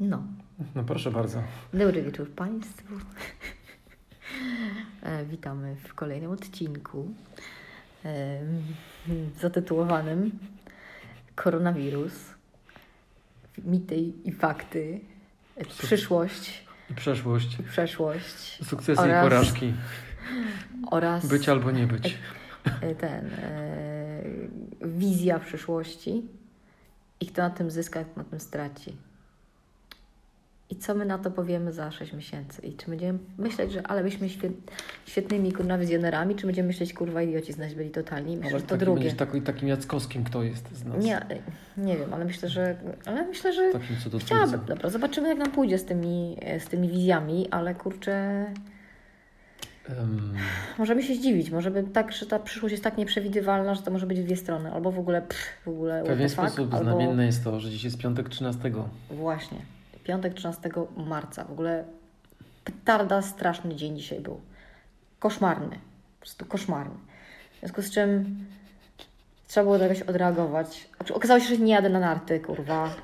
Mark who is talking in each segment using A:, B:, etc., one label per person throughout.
A: No.
B: No proszę bardzo.
A: Dobry wieczór Państwu. E, Witamy w kolejnym odcinku em, zatytułowanym Koronawirus. Mity i fakty. e, Przyszłość
B: I przeszłość.
A: i przeszłość.
B: Sukcesy
A: Oraz-
B: i porażki.
A: Oraz
B: Być albo nie być.
A: e, ten, e, wizja przyszłości i kto na tym zyska, kto na tym straci. I co my na to powiemy za 6 miesięcy? I czy będziemy myśleć, że ale byśmy świet, świetnymi kurwa wizjonerami, czy będziemy myśleć, kurwa idioci z nas byli totalni? Myślę,
B: Ale
A: że no, to
B: taki no.
A: drugie.
B: będziesz taki, tak takim Jackowskim kto jest z nas.
A: Nie, y, nie wiem, ale myślę, że ale myślę, że
B: Takim
A: chciałabym.
B: cudotwórcą.
A: Dobra, zobaczymy jak nam pójdzie z tymi, z tymi wizjami, ale kurczę,
B: Em,
A: Możemy się zdziwić, może by tak, że ta przyszłość jest tak nieprzewidywalna, że to może być w dwie strony. Albo w ogóle pff, w ogóle
B: w
A: what
B: pewien
A: the fuck,
B: sposób
A: albo
B: znamienne jest to, że dziś jest piątek 13.
A: Właśnie. Piątek 13 marca. W ogóle petarda straszny dzień dzisiaj był. Koszmarny. Po prostu koszmarny. W związku z czym trzeba było jakoś odreagować. Znaczy, Okazało się, że nie jadę na narty, kurwa.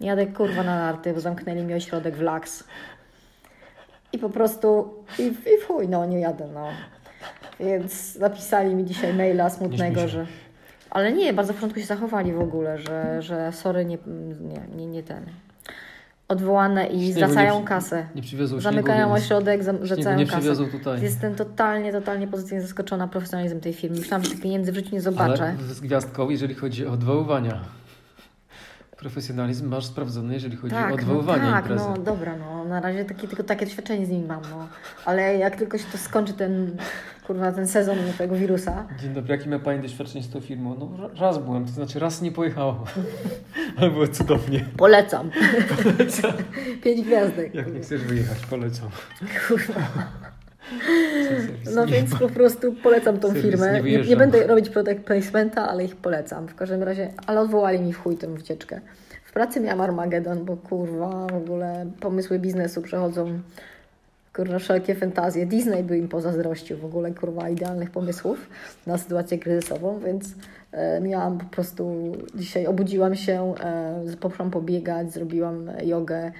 A: Nie jadę kurwa na narty, bo zamknęli mi ośrodek w laks. I po prostu, i, i w chuj, no nie jadę, no. Więc napisali mi dzisiaj maila
B: Nie śmiej
A: smutnego,
B: się.
A: że... Ale nie, bardzo w porządku się zachowali w ogóle, że, że sorry, nie, nie, nie, nie ten. Odwołane i
B: Śniegu
A: zwracają
B: nie-
A: kasę.
B: Nie przywiozą
A: Zamykają
B: śniegu, więc
A: ośrodek, zam-
B: śniegu
A: zwracają
B: nie
A: kasę.
B: przywiozą tutaj.
A: Jestem totalnie, totalnie pozytywnie zaskoczona profesjonalizmem tej firmy. Myślałam, że tych pieniędzy w życiu nie zobaczę.
B: Ale z gwiazdką, jeżeli chodzi o odwoływania. Profesjonalizm masz sprawdzony, jeżeli chodzi o odwoływanie
A: no, tak,
B: imprezy.
A: no dobra, no na razie takie, tylko takie doświadczenie z nimi mam, no. Ale jak tylko się to skończy ten, kurwa, ten sezon tego wirusa,
B: Dzień dobry, jakie ma Pani doświadczenie z tą firmą? No ra- raz byłem, to znaczy raz nie pojechałem, ale było cudownie.
A: polecam. Pięć gwiazdek.
B: Jak nie chcesz wyjechać, polecam.
A: Kurwa.
B: Serwis.
A: No więc po prostu polecam tą
B: Serwis, nie
A: firmę. Nie, nie
B: wyjeżdżam.
A: będę robić product placementa, ale ich polecam. W każdym razie, ale odwołali mi w chuj tę wycieczkę. W pracy miałam Armagedon, bo kurwa, w ogóle pomysły biznesu przechodzą kurwa wszelkie fantazje. Disney by im pozazdrościł w ogóle kurwa idealnych pomysłów na sytuację kryzysową, więc e, miałam po prostu dzisiaj obudziłam się, e, poszłam pobiegać, zrobiłam jogę,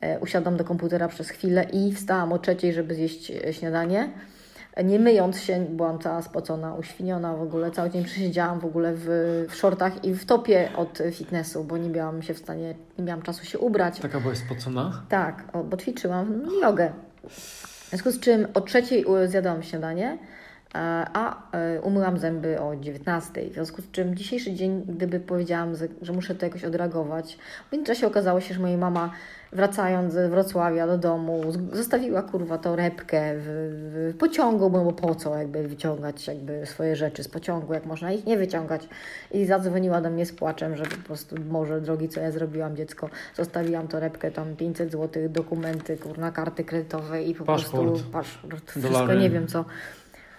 A: e, usiadłam do komputera przez chwilę i wstałam o trzeciej, żeby zjeść e, śniadanie. Nie myjąc się, byłam cała spocona, uświniona w ogóle. Cały dzień przesiedziałam w ogóle w, w shortach i w topie od e, fitnessu, bo nie miałam się w stanie, nie miałam czasu się ubrać.
B: Taka była spocona?
A: Tak, o, bo ćwiczyłam jogę. W związku z czym o trzeciej u- zjadałam śniadanie, e, a e, umyłam zęby o 19. W związku z czym dzisiejszy dzień, gdyby powiedziałam, że- że muszę to jakoś odreagować, w międzyczasie okazało się, że mojej mama wracając z Wrocławia do domu z- zostawiła kurwa torebkę w, w pociągu, bo po co jakby wyciągać jakby swoje rzeczy z pociągu, jak można ich nie wyciągać. I zadzwoniła do mnie z płaczem, że po prostu może drogi, co ja zrobiłam dziecko, zostawiłam torebkę tam 500 zł, dokumenty, kurna karty kredytowe i po prostu
B: Paszport.
A: paszport, wszystko
B: Dolary.
A: nie wiem co.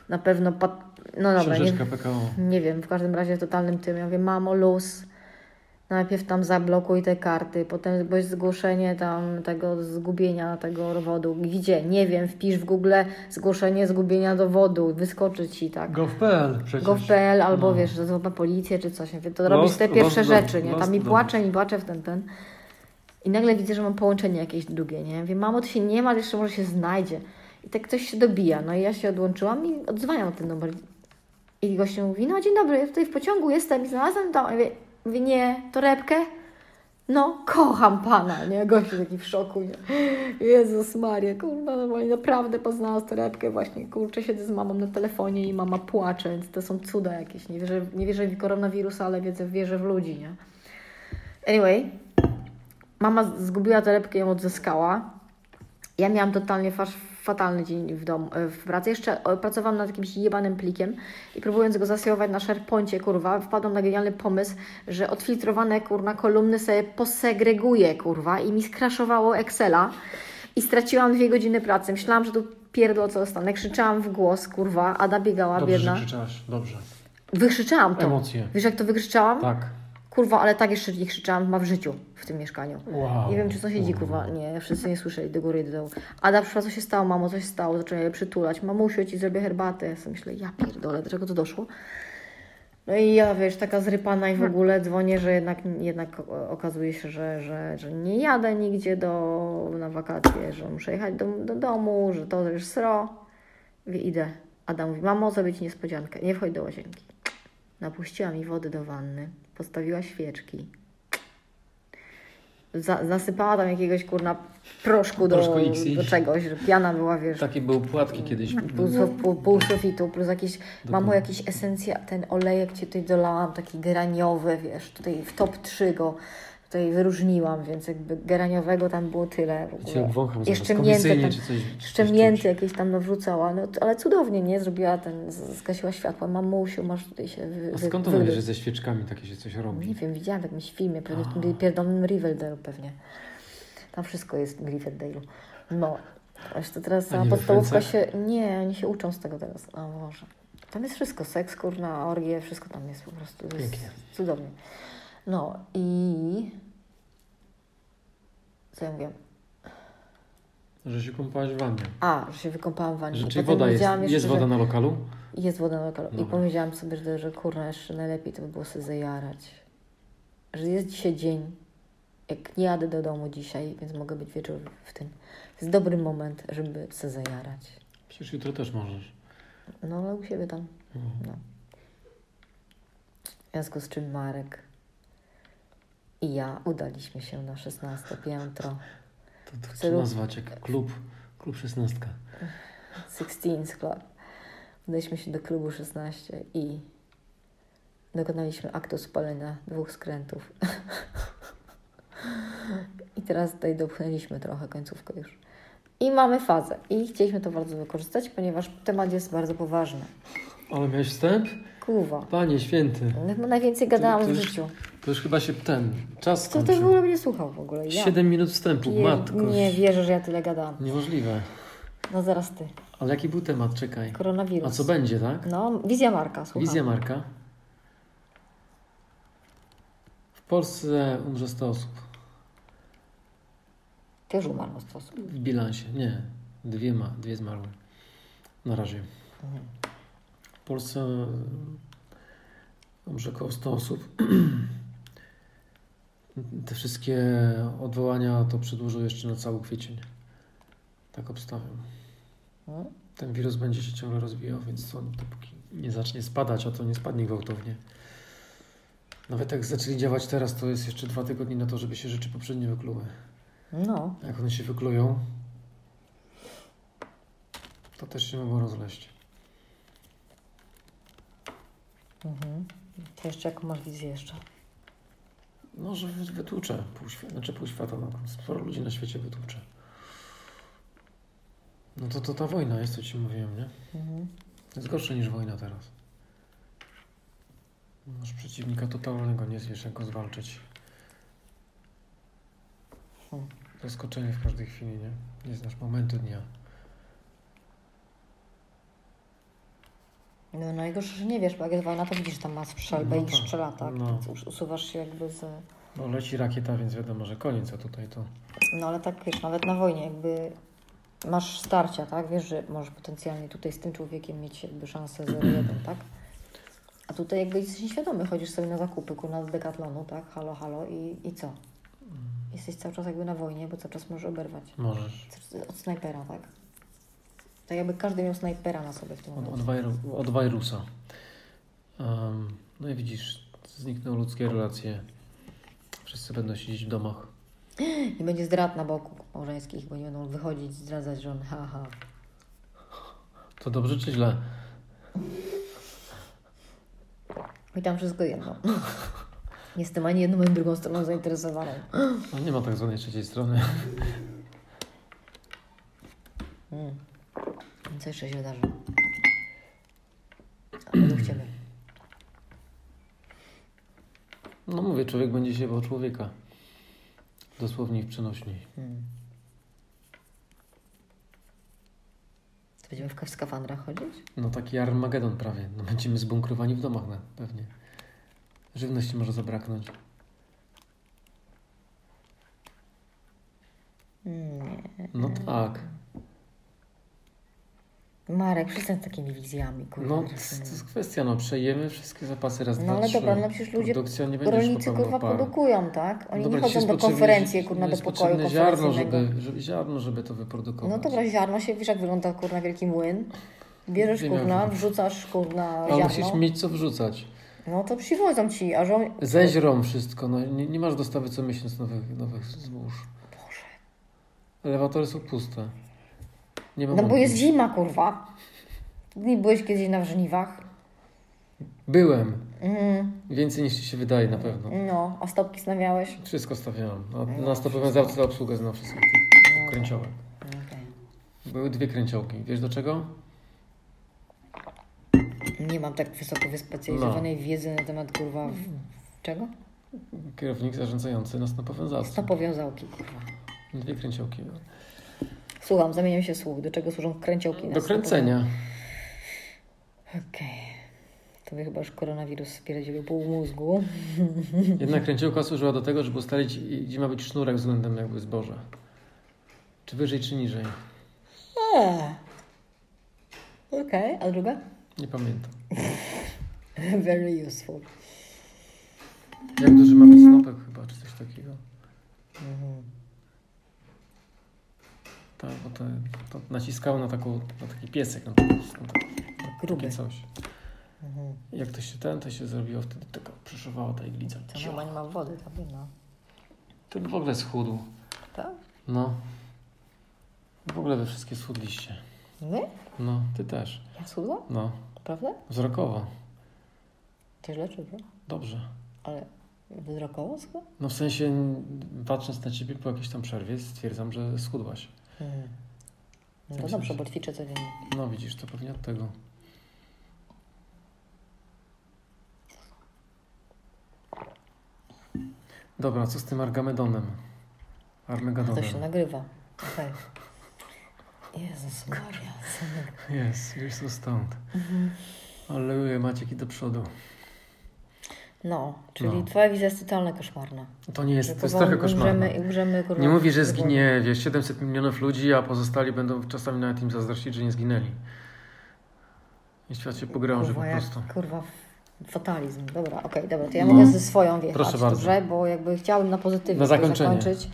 A: Na pewno pat... no dobra, nie,
B: Książeczka PKO.
A: nie wiem, w każdym razie totalnym tym. Ja mówię, mamo, luz. Najpierw tam zablokuj te karty, potem bo jest zgłoszenie tam tego zgubienia tego dowodu. Gdzie? Nie wiem, wpisz w Google zgłoszenie zgubienia dowodu, wyskoczy ci, tak.
B: Gov.pl przecież.
A: Gov.pl albo
B: No.
A: wiesz, zadzwoń policję czy coś. Mówię, To
B: Lost-
A: robisz te pierwsze
B: lost
A: rzeczy,
B: dom,
A: nie?
B: lost
A: Tam i
B: dom.
A: płaczę, i płaczę w ten, ten. I nagle widzę, że mam połączenie jakieś długie, nie? Wiem, mamo, ty się nie ma, jeszcze może się znajdzie. I tak ktoś się dobija. No i ja się odłączyłam i odzwaniam ten numer. I gościu mówi, no dzień dobry, ja tutaj w pociągu jestem i znalazłem tam. Ja mówię, mówię, nie, torebkę? No, kocham pana, nie? Gościu taki w szoku, nie? Jezus Maria, kurwa, normalnie naprawdę poznała torebkę właśnie. Kurczę, siedzę z mamą na telefonie i mama płacze, więc to są cuda jakieś. Nie wierzę, nie wierzę w koronawirusa, ale wiedzę, wierzę w ludzi, nie? Anyway, mama z- zgubiła torebkę i ją odzyskała. Ja miałam totalnie fasz, fatalny dzień w domu, e, w pracy. Jeszcze e, pracowałam nad jakimś jebanym plikiem i próbując go zasejować na SharePoincie, kurwa, wpadłam na genialny pomysł, że odfiltrowane, kurna, kolumny sobie posegreguję, kurwa, i mi skraszowało Excela i straciłam dwie godziny pracy. Myślałam, że tu pierdol co dostanę. Krzyczałam w głos, kurwa, Ada biegała,
B: Dobrze,
A: biedna.
B: że krzyczałaś. Dobrze.
A: Wykrzyczałam to.
B: Emocje.
A: Wiesz, jak to wykrzyczałam?
B: Tak.
A: Kurwa, ale tak jeszcze nie krzyczałam chyba w życiu w tym mieszkaniu.
B: Wow.
A: Nie wiem, czy sąsiedzi, kurwa, nie, wszyscy nie słyszeli do góry i do dołu. Ada przyszła, co się stało, mamo, coś stało, zaczęła je przytulać. Mamusiu, ja ci zrobię herbatę. Ja sobie myślę, ja pierdolę, do czego to doszło? No i ja, wiesz, taka zrypana i
B: Hmm.
A: w ogóle dzwonię, że jednak, jednak o- okazuje się, że, że, że nie jadę nigdzie do, na wakacje, że muszę jechać do, do domu, że to już sro. Mówię, idę. Adam mówi, mamo, zrobię Ci niespodziankę, nie wchodź do łazienki. Napuściła mi wody do wanny, postawiła świeczki. Za, nasypała tam jakiegoś, kurna, proszku do,
B: Proszku Tak. XI.
A: do czegoś, że piana była, wiesz, Tak,
B: Takie były płatki kiedyś.
A: Pół, su- pół, pół sufitu, plus jakiś, mamo,
B: Dokładnie.
A: jakiś esencja, ten olejek Ci tutaj dolałam, taki geraniowy, wiesz, tutaj w top 3 go tutaj wyróżniłam, więc jakby geraniowego tam było tyle w
B: Cię
A: ogóle.
B: obwącham
A: Jeszcze
B: zaraz.
A: mięty
B: Komisyjnie
A: tam-
B: czy coś.
A: Jeszcze
B: coś
A: mięty
B: czuć.
A: jakieś tam nawrzucała, no, ale cudownie, nie? Zrobiła ten, z- zgasiła światła, mamusiu, masz tutaj się wy,
B: A
A: wy-
B: skąd ona wie,
A: wygryź.
B: że ze świeczkami takie się coś
A: Nie
B: robi?
A: wiem, widziałam w jakimś filmie, pewnie w
B: A.
A: tym pierdolnym Riverdale pewnie. Tam wszystko jest w Riverdale'u. No, aż to teraz
B: A
A: cała
B: nie we
A: podstawówka
B: Francach?
A: się... Nie, oni się uczą z tego teraz. O Boże. Tam jest wszystko, seks, kurna, orgie, wszystko tam jest po prostu. To jest
B: Pięknie.
A: cudownie. No i... Co ja mówiłam?
B: Że się kąpałaś w wannie.
A: A, że się wykąpałam w wannie.
B: Że,
A: I
B: czyli
A: Tak, potem
B: woda jest,
A: wiedziałam jeszcze,
B: jest
A: że-
B: woda na lokalu?
A: Jest woda na lokalu. I
B: Dobra.
A: powiedziałam sobie, że, że kurna, jeszcze najlepiej to by było sobie zajarać. Że jest dzisiaj dzień, jak nie jadę do domu dzisiaj, więc mogę być wieczór w tym. To jest dobry moment, żeby sobie zajarać.
B: Przecież jutro też możesz.
A: No ale u siebie tam.
B: No.
A: W związku z czym Marek i ja udaliśmy się na 16 piętro.
B: To, to chcę
A: Celu-
B: nazwać jak klub. Klub szesnastka.
A: 16 Club. Udaliśmy się do klubu 16 i dokonaliśmy aktu spalenia dwóch skrętów. I teraz tutaj dopchnęliśmy trochę końcówkę już. I mamy fazę. I chcieliśmy to bardzo wykorzystać, ponieważ temat jest bardzo poważny.
B: Ale miałeś wstęp?
A: Kurwa.
B: Panie święty.
A: Chyba najwięcej gadałam
B: to
A: w
B: już
A: życiu.
B: To już chyba się ten czas
A: Kto też w ogóle
B: skończył.
A: mnie słuchał w ogóle? Ja.
B: 7 minut wstępu,
A: Pier-
B: matko.
A: Nie wierzę, że ja tyle gadałam.
B: Niemożliwe.
A: No zaraz ty.
B: Ale jaki był temat? Czekaj.
A: Koronawirus.
B: A co będzie, tak?
A: No, wizja Marka, słucham.
B: Wizja Marka. W Polsce umrze 100 osób.
A: Też umarł w sposób.
B: W bilansie. Nie. Dwie ma. Dwie zmarły. Na razie.
A: Mhm.
B: W Polsce e, umrze około 100 osób. Te wszystkie odwołania to przedłużą jeszcze na cały kwiecień. Tak obstawiam.
A: No.
B: Ten wirus będzie się ciągle rozwijał, więc on dopóki nie zacznie spadać, a to nie spadnie gwałtownie. Nawet jak zaczęli działać teraz, to jest jeszcze dwa tygodnie na to, żeby się rzeczy poprzednie wykluły.
A: No.
B: Jak one się wyklują, to też się mogą rozleść.
A: Mhm. To jeszcze jaką masz wizję jeszcze?
B: No, że wy- wytłuczę pół świata, znaczy pół świata, no, sporo ludzi na świecie wytłuczę. No to, to ta wojna jest, co ci mówiłem, nie?
A: Mhm.
B: Jest gorsze niż wojna teraz. Masz przeciwnika totalnego, nie wiesz jak go zwalczyć.
A: Hmm.
B: Zaskoczenie w każdej chwili, nie? Nie znasz momentu dnia.
A: No najgorsze, że nie wiesz, bo jak jest wojna, to widzisz, że tam ma strzelbę
B: No
A: i
B: tak.
A: strzela, tak?
B: No.
A: Więc us- usuwasz się jakby z...
B: No leci rakieta, więc wiadomo, że koniec, a tutaj to...
A: No ale tak, wiesz, nawet na wojnie jakby masz starcia, tak? Wiesz, że możesz potencjalnie tutaj z tym człowiekiem mieć jakby szansę 0-1, tak? A tutaj jakby jesteś nieświadomy, chodzisz sobie na zakupy, kurna, do dekatlonu, tak? Halo, halo i, i co?
B: Mm.
A: Jesteś cały czas jakby na wojnie, bo cały czas możesz oberwać.
B: Możesz.
A: Od snajpera, tak? Tak jakby każdy miał snajpera na sobie w tym
B: Od,
A: momencie.
B: od, wiru, od wirusa. Em, no i widzisz, znikną ludzkie relacje. Wszyscy będą siedzieć w domach.
A: I będzie zdrad na boku małżeńskich, bo nie będą wychodzić, zdradzać żon. Haha.
B: To dobrze czy źle?
A: I tam wszystko jedno. Nie jestem ani jedną, ani drugą stroną zainteresowaną.
B: No nie ma tak zwanej trzeciej strony.
A: Mm. Co jeszcze się wydarzy? A według Ciebie.
B: No mówię, człowiek będzie się bał człowieka. Dosłownie i w przenośni.
A: Mm. To będziemy w ka- w skafandrach chodzić?
B: No taki Armagedon prawie. No, będziemy zbunkrowani w domach na, pewnie. Żywności może zabraknąć.
A: Mm, Nie.
B: No tak.
A: Marek, przestań z takimi wizjami, kurwa.
B: No, to,
A: dziewczyny.
B: to jest kwestia, no przejemy wszystkie zapasy raz,
A: No
B: dwa,
A: ale
B: trzy.
A: dobra, no przecież ludzie-
B: Produkcja nie będzie
A: Rolnicy,
B: szła pełną
A: kurwa,
B: parą.
A: produkują, tak? Oni
B: Dobra,
A: nie
B: jest
A: chodzą do
B: potrzebne-
A: konferencji, kurwa, do
B: jest
A: pokoju
B: potrzebne ziarno,
A: konferencyjnego.
B: żeby, żeby, ziarno, żeby to wyprodukować.
A: No dobra, ziarno się, wiesz jak wygląda, kurna, wielki młyn. Bierzesz,
B: Nie
A: kurna,
B: wiem.
A: wrzucasz, kurna,
B: Ale musisz No,
A: ziarno.
B: mieć co wrzucać.
A: No to przywożą ci, a żołnierz...
B: Zeźrą wszystko, no nie, nie masz dostawy co miesiąc nowych, nowych złóż.
A: Boże.
B: Elewatory są puste. Nie ma
A: No bo
B: wątpliwości.
A: jest zima, kurwa. Nie byłeś kiedyś na żniwach?
B: Byłem.
A: Mm,
B: Więcej niż ci się wydaje na pewno.
A: no, a stopki stawiałeś?
B: Wszystko stawiałem. Na,
A: No,
B: na stopowym
A: wszystko.
B: zawce obsługę znam wszystkich
A: No
B: tych kręciołek.
A: Okej.
B: Były dwie kręciołki. Wiesz do czego?
A: Nie mam tak wysoko wyspecjalizowanej
B: No.
A: wiedzy na temat, kurwa, w... czego?
B: Kierownik zarządzający na stopowym zawce.
A: Stopowiązałki, kurwa.
B: Dwie kręciołki. no.
A: Słucham, zamieniam się słów. Do czego służą kręciołki? na
B: Do kręcenia.
A: Okej. Tobie chyba już koronawirus spierdzielił pół mózgu.
B: Jedna kręciołka służyła do tego, żeby ustalić, i- gdzie ma być sznurek względem jakby zboża. Czy wyżej, czy niżej.
A: Eee. Okej, a druga?
B: Nie pamiętam.
A: Very useful.
B: Jak duży ma być snopek chyba, czy coś takiego.
A: Mhm.
B: Tak, bo to, to naciskało na, taką, na taki piesek, na, taką- na takie
A: Gruby.
B: coś.
A: Mhm.
B: Jak to się ten, to się zrobiło wtedy, tylko przyszywała ta iglica.
A: To chyba nie ma wody
B: tak?
A: tam, no.
B: Ten w ogóle schudł.
A: Tak?
B: No. W ogóle wy wszystkie schudliście.
A: My?
B: No, ty też.
A: Ja schudłam?
B: No.
A: Prawda?
B: Wzrokowo.
A: To źle czy co?
B: Dobrze.
A: Ale wzrokowo schudłam?
B: No w sensie, m, patrząc na ciebie po jakiejś tam przerwie, stwierdzam, że schudłaś.
A: Mhm. No to
B: Tak
A: dobrze,
B: sądzę.
A: bo ćwiczę codziennie.
B: No widzisz, to pewnie od tego. Dobra, co z tym Argamedonem?
A: No to
B: Armagedonem.
A: się nagrywa. Okej. Jezus Maria. synek.
B: Jest, już są stąd.
A: Mhm.
B: Aleluja, Maciek i do przodu.
A: No, czyli
B: No.
A: twoja wizja jest totalnie koszmarna.
B: To nie
A: Że
B: jest, to jest
A: powoli
B: trochę koszmarne.
A: Umrzemy, umrzemy, kurwa,
B: Nie mówi, że
A: z głodu.
B: zginie, wiesz, 700 milionów ludzi, a pozostali będą czasami nawet im zazdrościć, że nie zginęli. I świat się pogrąży po
A: Kurwa, jak-
B: prostu.
A: Kurwa, fatalizm. Dobra, okej, dobra, to ja
B: No.
A: mogę ze swoją wjechać,
B: Proszę bardzo.
A: dobrze? Bo jakby chciałabym na pozytywie
B: Na
A: to
B: zakończenie.
A: zakończyć.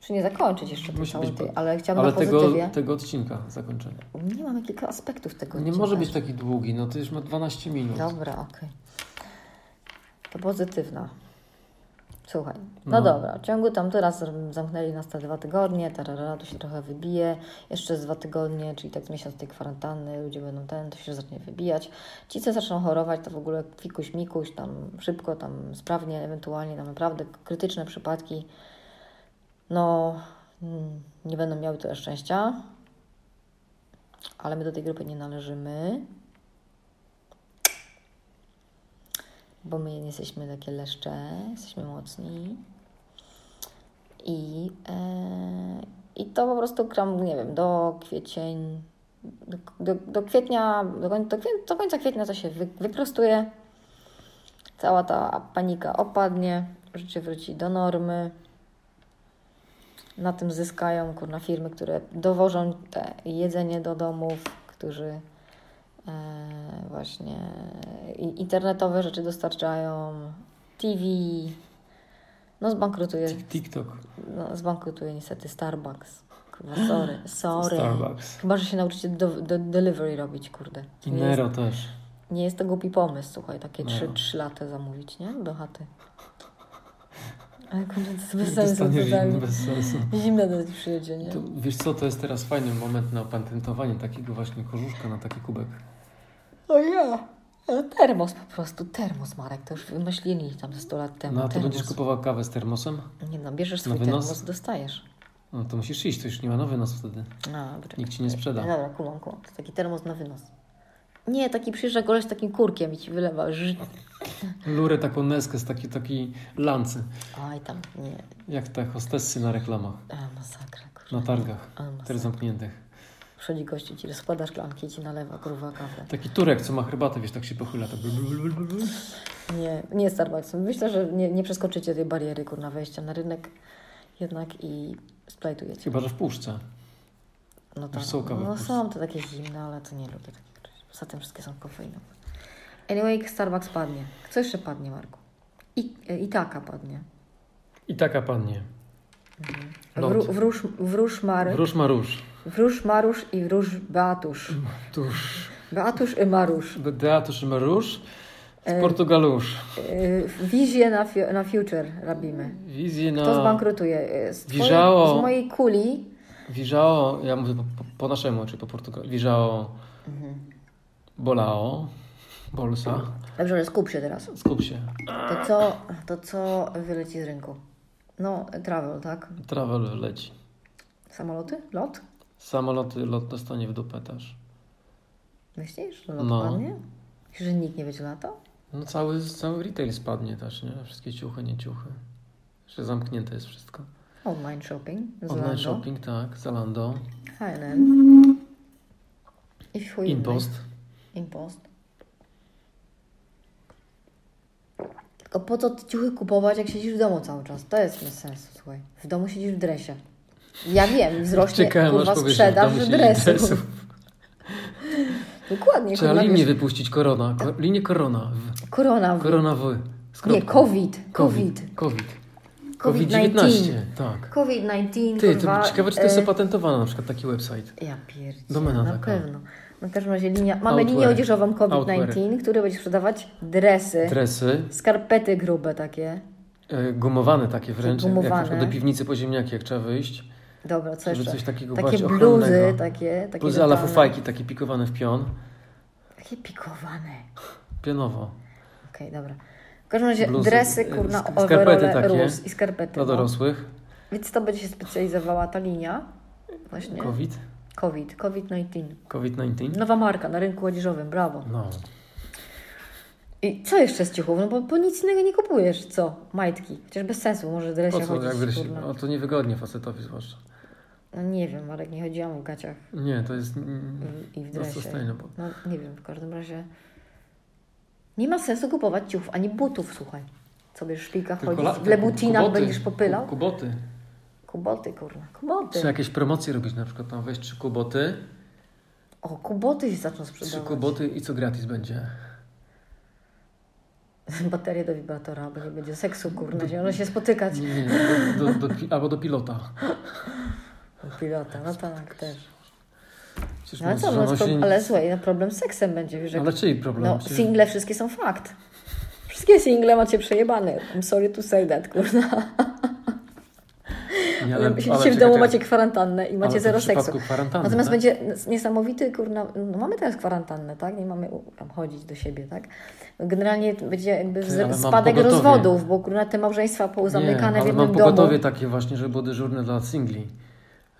A: Czy nie zakończyć jeszcze tej
B: Musi
A: całej
B: być
A: tej,
B: po-
A: ale chciałabym
B: Ale
A: na
B: tego,
A: pozytywie.
B: tego odcinka zakończenia.
A: Nie mamy kilka aspektów tego
B: Nie
A: odcinka.
B: może być taki długi, no to już ma 12 minut.
A: Dobra, okej. To pozytywna. Słuchaj, no,
B: No.
A: dobra, w ciągu tam teraz zamknęli nas te dwa tygodnie, tarara, to się trochę wybije, jeszcze z dwa tygodnie, czyli tak z miesiąc tej kwarantanny, ludzie będą ten, to się zacznie wybijać. Ci, co zaczną chorować, to w ogóle fikuś mikuś, tam szybko, tam sprawnie, ewentualnie, tam naprawdę krytyczne przypadki, no mm, nie będą miały tyle szczęścia, ale my do tej grupy nie należymy. bo my nie jesteśmy takie leszcze, jesteśmy mocni. I, e, I to po prostu gram, nie wiem, do kwiecień, do, do, do kwietnia, do, koń, do, kwię, do końca kwietnia to się wy, wyprostuje. Cała ta panika opadnie, życie wróci do normy. Na tym zyskają kurna firmy, które dowożą te jedzenie do domów, którzy e, właśnie i- internetowe rzeczy dostarczają, TV. No zbankrutuje,
B: Tik- TikTok,
A: no, zbankrutuje niestety Starbucks. Kurwa, sorry, sorry.
B: Starbucks.
A: Chyba, że się nauczycie do, do delivery robić, kurde. To
B: I
A: nie, jest,
B: Nero też.
A: nie jest to głupi pomysł, słuchaj, takie
B: No.
A: trzy trzy lata zamówić, nie? Do chaty. Ale kurde, to jest bez sensu.
B: Dostaniesz
A: totalnie.
B: inny bez sensu.
A: Zimno do ci przyjedzie, nie?
B: To, wiesz co, to jest teraz fajny moment na opatentowanie takiego właśnie korzuszka na taki kubek.
A: O ja! No, Termos po prostu, termos Marek, to już wymyślili tam ze 100 lat temu.
B: No a to
A: termos.
B: będziesz kupował kawę z termosem?
A: Nie no, bierzesz
B: na
A: swój
B: wynos?
A: termos, dostajesz.
B: No to musisz iść, to już nie ma nowy nas wtedy.
A: No, dobra.
B: Nikt ci nie sprzeda.
A: No dobra, kumam, kumam. To taki termos na wynos. Nie, taki przyjeżdża koleś z takim kurkiem i ci wylewa. Ż- Tak.
B: Lurę taką neskę z takiej takiej lancy,
A: Oj tam, nie.
B: jak te hostessy na reklamach,
A: A, masakra, kurwa.
B: na targach,
A: A,
B: teraz
A: masakra.
B: zamkniętych.
A: Przychodzi gościu, ci rozkłada szklanki i ci nalewa, kurwa, kawę.
B: Taki turek, co ma herbatę, wiesz, tak się pochyla. Tak. blu, blu, blu, blu, blu.
A: Nie, nie Starbucks. Myślę, że nie, nie przeskoczycie tej bariery, kurna, wejścia na rynek jednak i splajtujecie.
B: Chyba, że w puszce.
A: No tak.
B: są kawy w
A: No
B: Polsce.
A: są to takie zimne, ale to nie lubię takich rzeczy. Poza tym wszystkie są kofeinowe. Anyway, Starbucks padnie. Co jeszcze padnie, Marku? I, i taka padnie.
B: I taka pannie.
A: Wró,
B: Ląd.
A: wróż, wróż Mary.
B: Róż ma róż.
A: Wróż Marusz i wróż Beatusz.
B: Tuż.
A: Beatusz i Marusz.
B: Beatusz ma róż.
A: E.
B: Z Portugalusz.
A: Yy, wizję na, fiu, na future robimy.
B: Wizję na...
A: Kto zbankrutuje? Yy, Z, twojej-
B: Wiżało.
A: z mojej kuli.
B: Wiżało, ja mówię po, po, po naszemu, czy po portugalsku. Wiżało,
A: Mhm.
B: bolao, bolsa.
A: Dobrze, ale skup się teraz.
B: Skup się.
A: To
B: Tak.
A: co, to co wyleci z rynku? No, travel, tak?
B: Travel leci.
A: Samoloty? Lot?
B: Samoloty, lot dostanie w dupę też.
A: Myślisz, że lot
B: No.
A: padnie? Myślisz, że nikt nie będzie latał?
B: No cały, cały retail spadnie też, nie? Wszystkie ciuchy, nie ciuchy. Jeszcze zamknięte jest wszystko.
A: Online shopping?
B: Online shopping, tak. Zalando.
A: HNN. I w chuj innej.
B: Impost.
A: Impost. Tylko po co te ciuchy kupować, jak siedzisz w domu cały czas? To jest bez sensu, słuchaj. W domu siedzisz w dresie. Ja wiem, wzrośnie
B: Czekałem,
A: kurwa
B: aż powiesz, że w
A: sprzedaż
B: domu siedzi
A: dresu.
B: dresu.
A: Dokładnie,
B: Trzeba
A: kurwa,
B: linię
A: wiesz,
B: wypuścić, korona. Ko, linię korona. W.
A: korona.
B: Korona W. Z
A: Nie,
B: kropką.
A: COVID. COVID.
B: COVID.
A: COVID-19.
B: COVID-19, tak.
A: COVID-19,
B: Ty,
A: kurwa.
B: to ciekawe, czy to jest
A: e,
B: opatentowane, na przykład taki website.
A: Ja pierdzie,
B: Domena
A: na
B: taka.
A: pewno. Na każdym razie linia, mamy
B: Outwear.
A: linię odzieżową COVID-19,
B: Outwear.
A: który będzie sprzedawać dresy,
B: Dresy,
A: skarpety grube takie.
B: e, gumowane takie wręcz, jak na
A: Gumowane.
B: przykład do piwnicy po ziemniaki, jak trzeba wyjść.
A: Dobra, co
B: Żeby
A: jeszcze?
B: coś takiego
A: takie
B: bardziej
A: bluzy,
B: ochronnego.
A: takie, takie
B: Plus ala
A: totalne.
B: fufajki, takie pikowane w pion.
A: Takie pikowane.
B: Pionowo.
A: Okej, dobra. W każdym razie
B: Bluzy,
A: dresy,
B: e,
A: kurna,
B: sk- skarpety
A: overole,
B: takie.
A: rus i skarpety.
B: Dla
A: No.
B: dorosłych.
A: Więc to będzie się specjalizowała ta linia. Właśnie.
B: COVID.
A: COVID. COVID-19.
B: COVID-19.
A: Nowa marka na rynku odzieżowym, brawo.
B: No.
A: I co jeszcze z ciuchów? No bo, bo nic innego nie kupujesz, co? Majtki. Chociaż bez sensu, może w dresie
B: Po co,
A: chodzić,
B: jak wreszcie,
A: kurna.
B: o, to niewygodnie facetowi zwłaszcza.
A: No nie wiem, Marek, nie chodziłam w gaciach
B: Nie, to jest mm,
A: i- i w
B: no
A: dresie.
B: sustainable.
A: No nie wiem, w każdym razie nie ma sensu kupować ciuchów, ani butów, słuchaj. Co będziesz w szpilkach
B: Tylko
A: chodzić,
B: la-
A: w lebutinach
B: kuboty,
A: będziesz popylał.
B: ku- Kuboty.
A: Kuboty, kurna,
B: Trzeba
A: kuboty.
B: jakieś promocje robić, na przykład tam weź trzy kuboty,
A: O, kuboty się zaczną
B: trzy
A: sprzedawać.
B: kuboty i co gratis będzie.
A: Baterie do wibratora, bo nie będzie seksu, kurna, się one się spotykać.
B: Nie, nie, nie, Mm, do, do, do, pi- albo do pilota.
A: Pilota, no tak, też.
B: Przecież
A: No ale
B: my z
A: co,
B: żoną
A: no,
B: się
A: pro...
B: nie-
A: ale słuchaj, no problem z seksem będzie, wiesz, jak
B: Ale czyj problem?
A: No,
B: Przecież-
A: single wszystkie są fakt. Wszystkie single macie przejebane. I'm sorry to say that, kurna.
B: nie,
A: Siedzicie no, w
B: czekaj,
A: domu,
B: czekaj.
A: macie kwarantannę i macie
B: Ale to
A: zero
B: w przypadku
A: seksu.
B: kwarantanny,
A: Natomiast
B: tak?
A: będzie n- niesamowity, kurna, no mamy teraz kwarantannę, tak? Nie mamy u- tam chodzić do siebie, tak? Generalnie będzie jakby
B: Ty,
A: wz-
B: ale mam
A: spadek
B: pogotowie.
A: rozwodów, bo kurna te małżeństwa
B: nie,
A: pouzamykane w
B: ale
A: jednym
B: mam
A: domu.
B: pogotowie takie właśnie, że było dyżurne dla singli.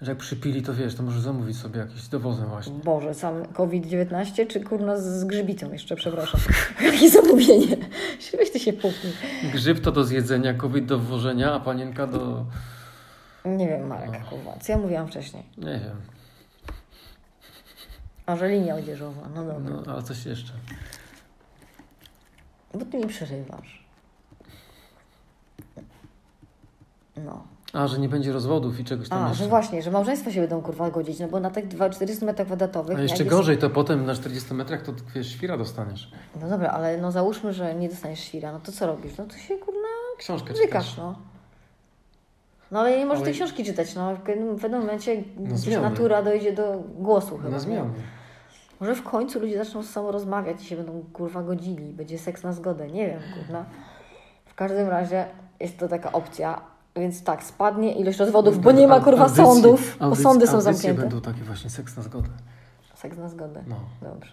B: Że jak przypili, to wiesz, to możesz zamówić sobie jakiś z dowozem właśnie.
A: Boże, sam COVID-19 czy kurna z grzybicą jeszcze, przepraszam. Jakie zamówienie. Weź ty się puknij.
B: Grzyb to do zjedzenia, COVID do wwożenia, a panienka do...
A: Nie wiem, Marek,
B: No.
A: kurwa, co ja mówiłam wcześniej.
B: nie wiem.
A: A że linia odzieżowa, no dobra.
B: No, ale coś jeszcze.
A: Bo ty mi przerywasz. No.
B: A, że nie będzie rozwodów i czegoś tam
A: A,
B: jeszcze.
A: że właśnie, że małżeństwa się będą kurwa godzić, no bo na tych dwa- 400 metrach kwadratowych...
B: A
A: jak
B: jeszcze
A: jest-
B: gorzej, to potem na 40 metrach to wiesz, świra dostaniesz.
A: No dobra, ale no załóżmy, że nie dostaniesz świra, no to co robisz? No to się kurna
B: Książkę
A: wykasz,
B: czytasz.
A: no. No ale nie możesz
B: Ale-
A: tej książki czytać, no w pewnym w pewnym momencie gdzieś
B: zmiany.
A: natura dojdzie do głosu chyba.
B: Na
A: nie?
B: zmiany.
A: Może w końcu ludzie zaczną ze sobą rozmawiać i się będą kurwa godzili, będzie seks na zgodę, nie wiem, kurwa. W każdym razie jest to taka opcja, więc tak, spadnie ilość rozwodów, bo nie ma kurwa
B: Audycje-
A: sądów, bo
B: audycje-
A: sądy są
B: audycje
A: zamknięte.
B: będą takie właśnie, seks na zgodę.
A: Seks na zgodę.
B: No.
A: Dobrze.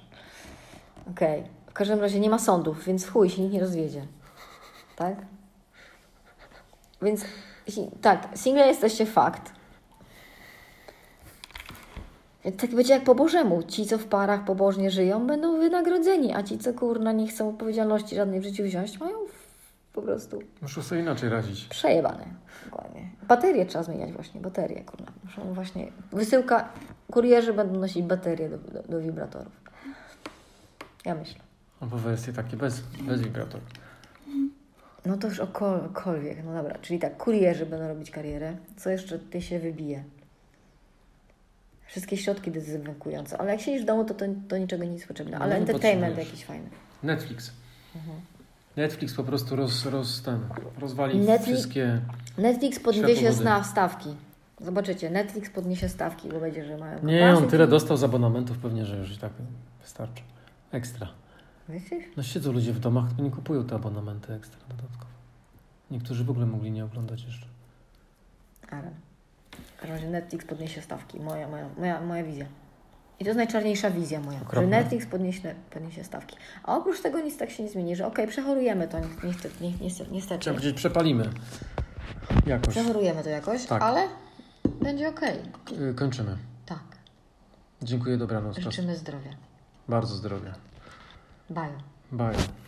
A: Okej. W każdym razie nie ma sądów, więc w chuj się nikt nie rozwiedzie. Tak? Więc jeśli- tak, single jesteście fakt. Więc tak będzie jak po Bożemu. Ci, co w parach pobożnie żyją, będą wynagrodzeni, a ci, co kurna nie chcą odpowiedzialności żadnej w życiu wziąć, mają po prostu
B: Muszę sobie inaczej radzić.
A: Przejebane. Dokładnie. Baterie trzeba zmieniać właśnie, baterie, kurna. Muszą właśnie, wysyłka, kurierzy będą nosić baterie do, do, do wibratorów. Ja myślę.
B: Albo wersje takie bez, bez wibrator.
A: No to już okolwiek, no dobra. Czyli tak, kurierzy będą robić karierę. Co jeszcze ty się wybije? wszystkie środki dezynfekujące. Ale jak siedzisz w domu, to to, to niczego nie jest potrzebne. Ale
B: No, nie
A: entertainment
B: potrzebujesz.
A: jakiś fajny.
B: Netflix.
A: Mhm.
B: Netflix po prostu roz, roz, ten, rozwali
A: Netflix-
B: wszystkie.
A: Netflix podniesie
B: Światło wody.
A: na stawki. Zobaczycie, Netflix podniesie stawki, bo będzie, że mają...
B: Nie, on tyle dostał z abonamentów pewnie, że już i tak wystarczy. Ekstra.
A: Myślisz?
B: No siedzą ludzie w domach, to nie kupują te abonamenty ekstra dodatkowo. Niektórzy w ogóle mogli nie oglądać jeszcze.
A: Ale. W każdym razie Netflix podniesie stawki. Moja, moja, moja, moja wizja. I to jest najczarniejsza wizja moja,
B: Okropne.
A: że Netflix podniesie, podniesie stawki. A oprócz tego nic tak się nie zmieni, że okej, przechorujemy to ni- niestety, ni- niestety, niestety.
B: Chciałem powiedzieć, przepalimy. Jakoś.
A: Przechorujemy to jakoś,
B: Tak.
A: ale będzie okej.
B: Y, Kończymy.
A: Tak.
B: Dziękuję, dobranoc.
A: Życzymy zdrowia.
B: Bardzo zdrowia.
A: Bye.
B: Bye.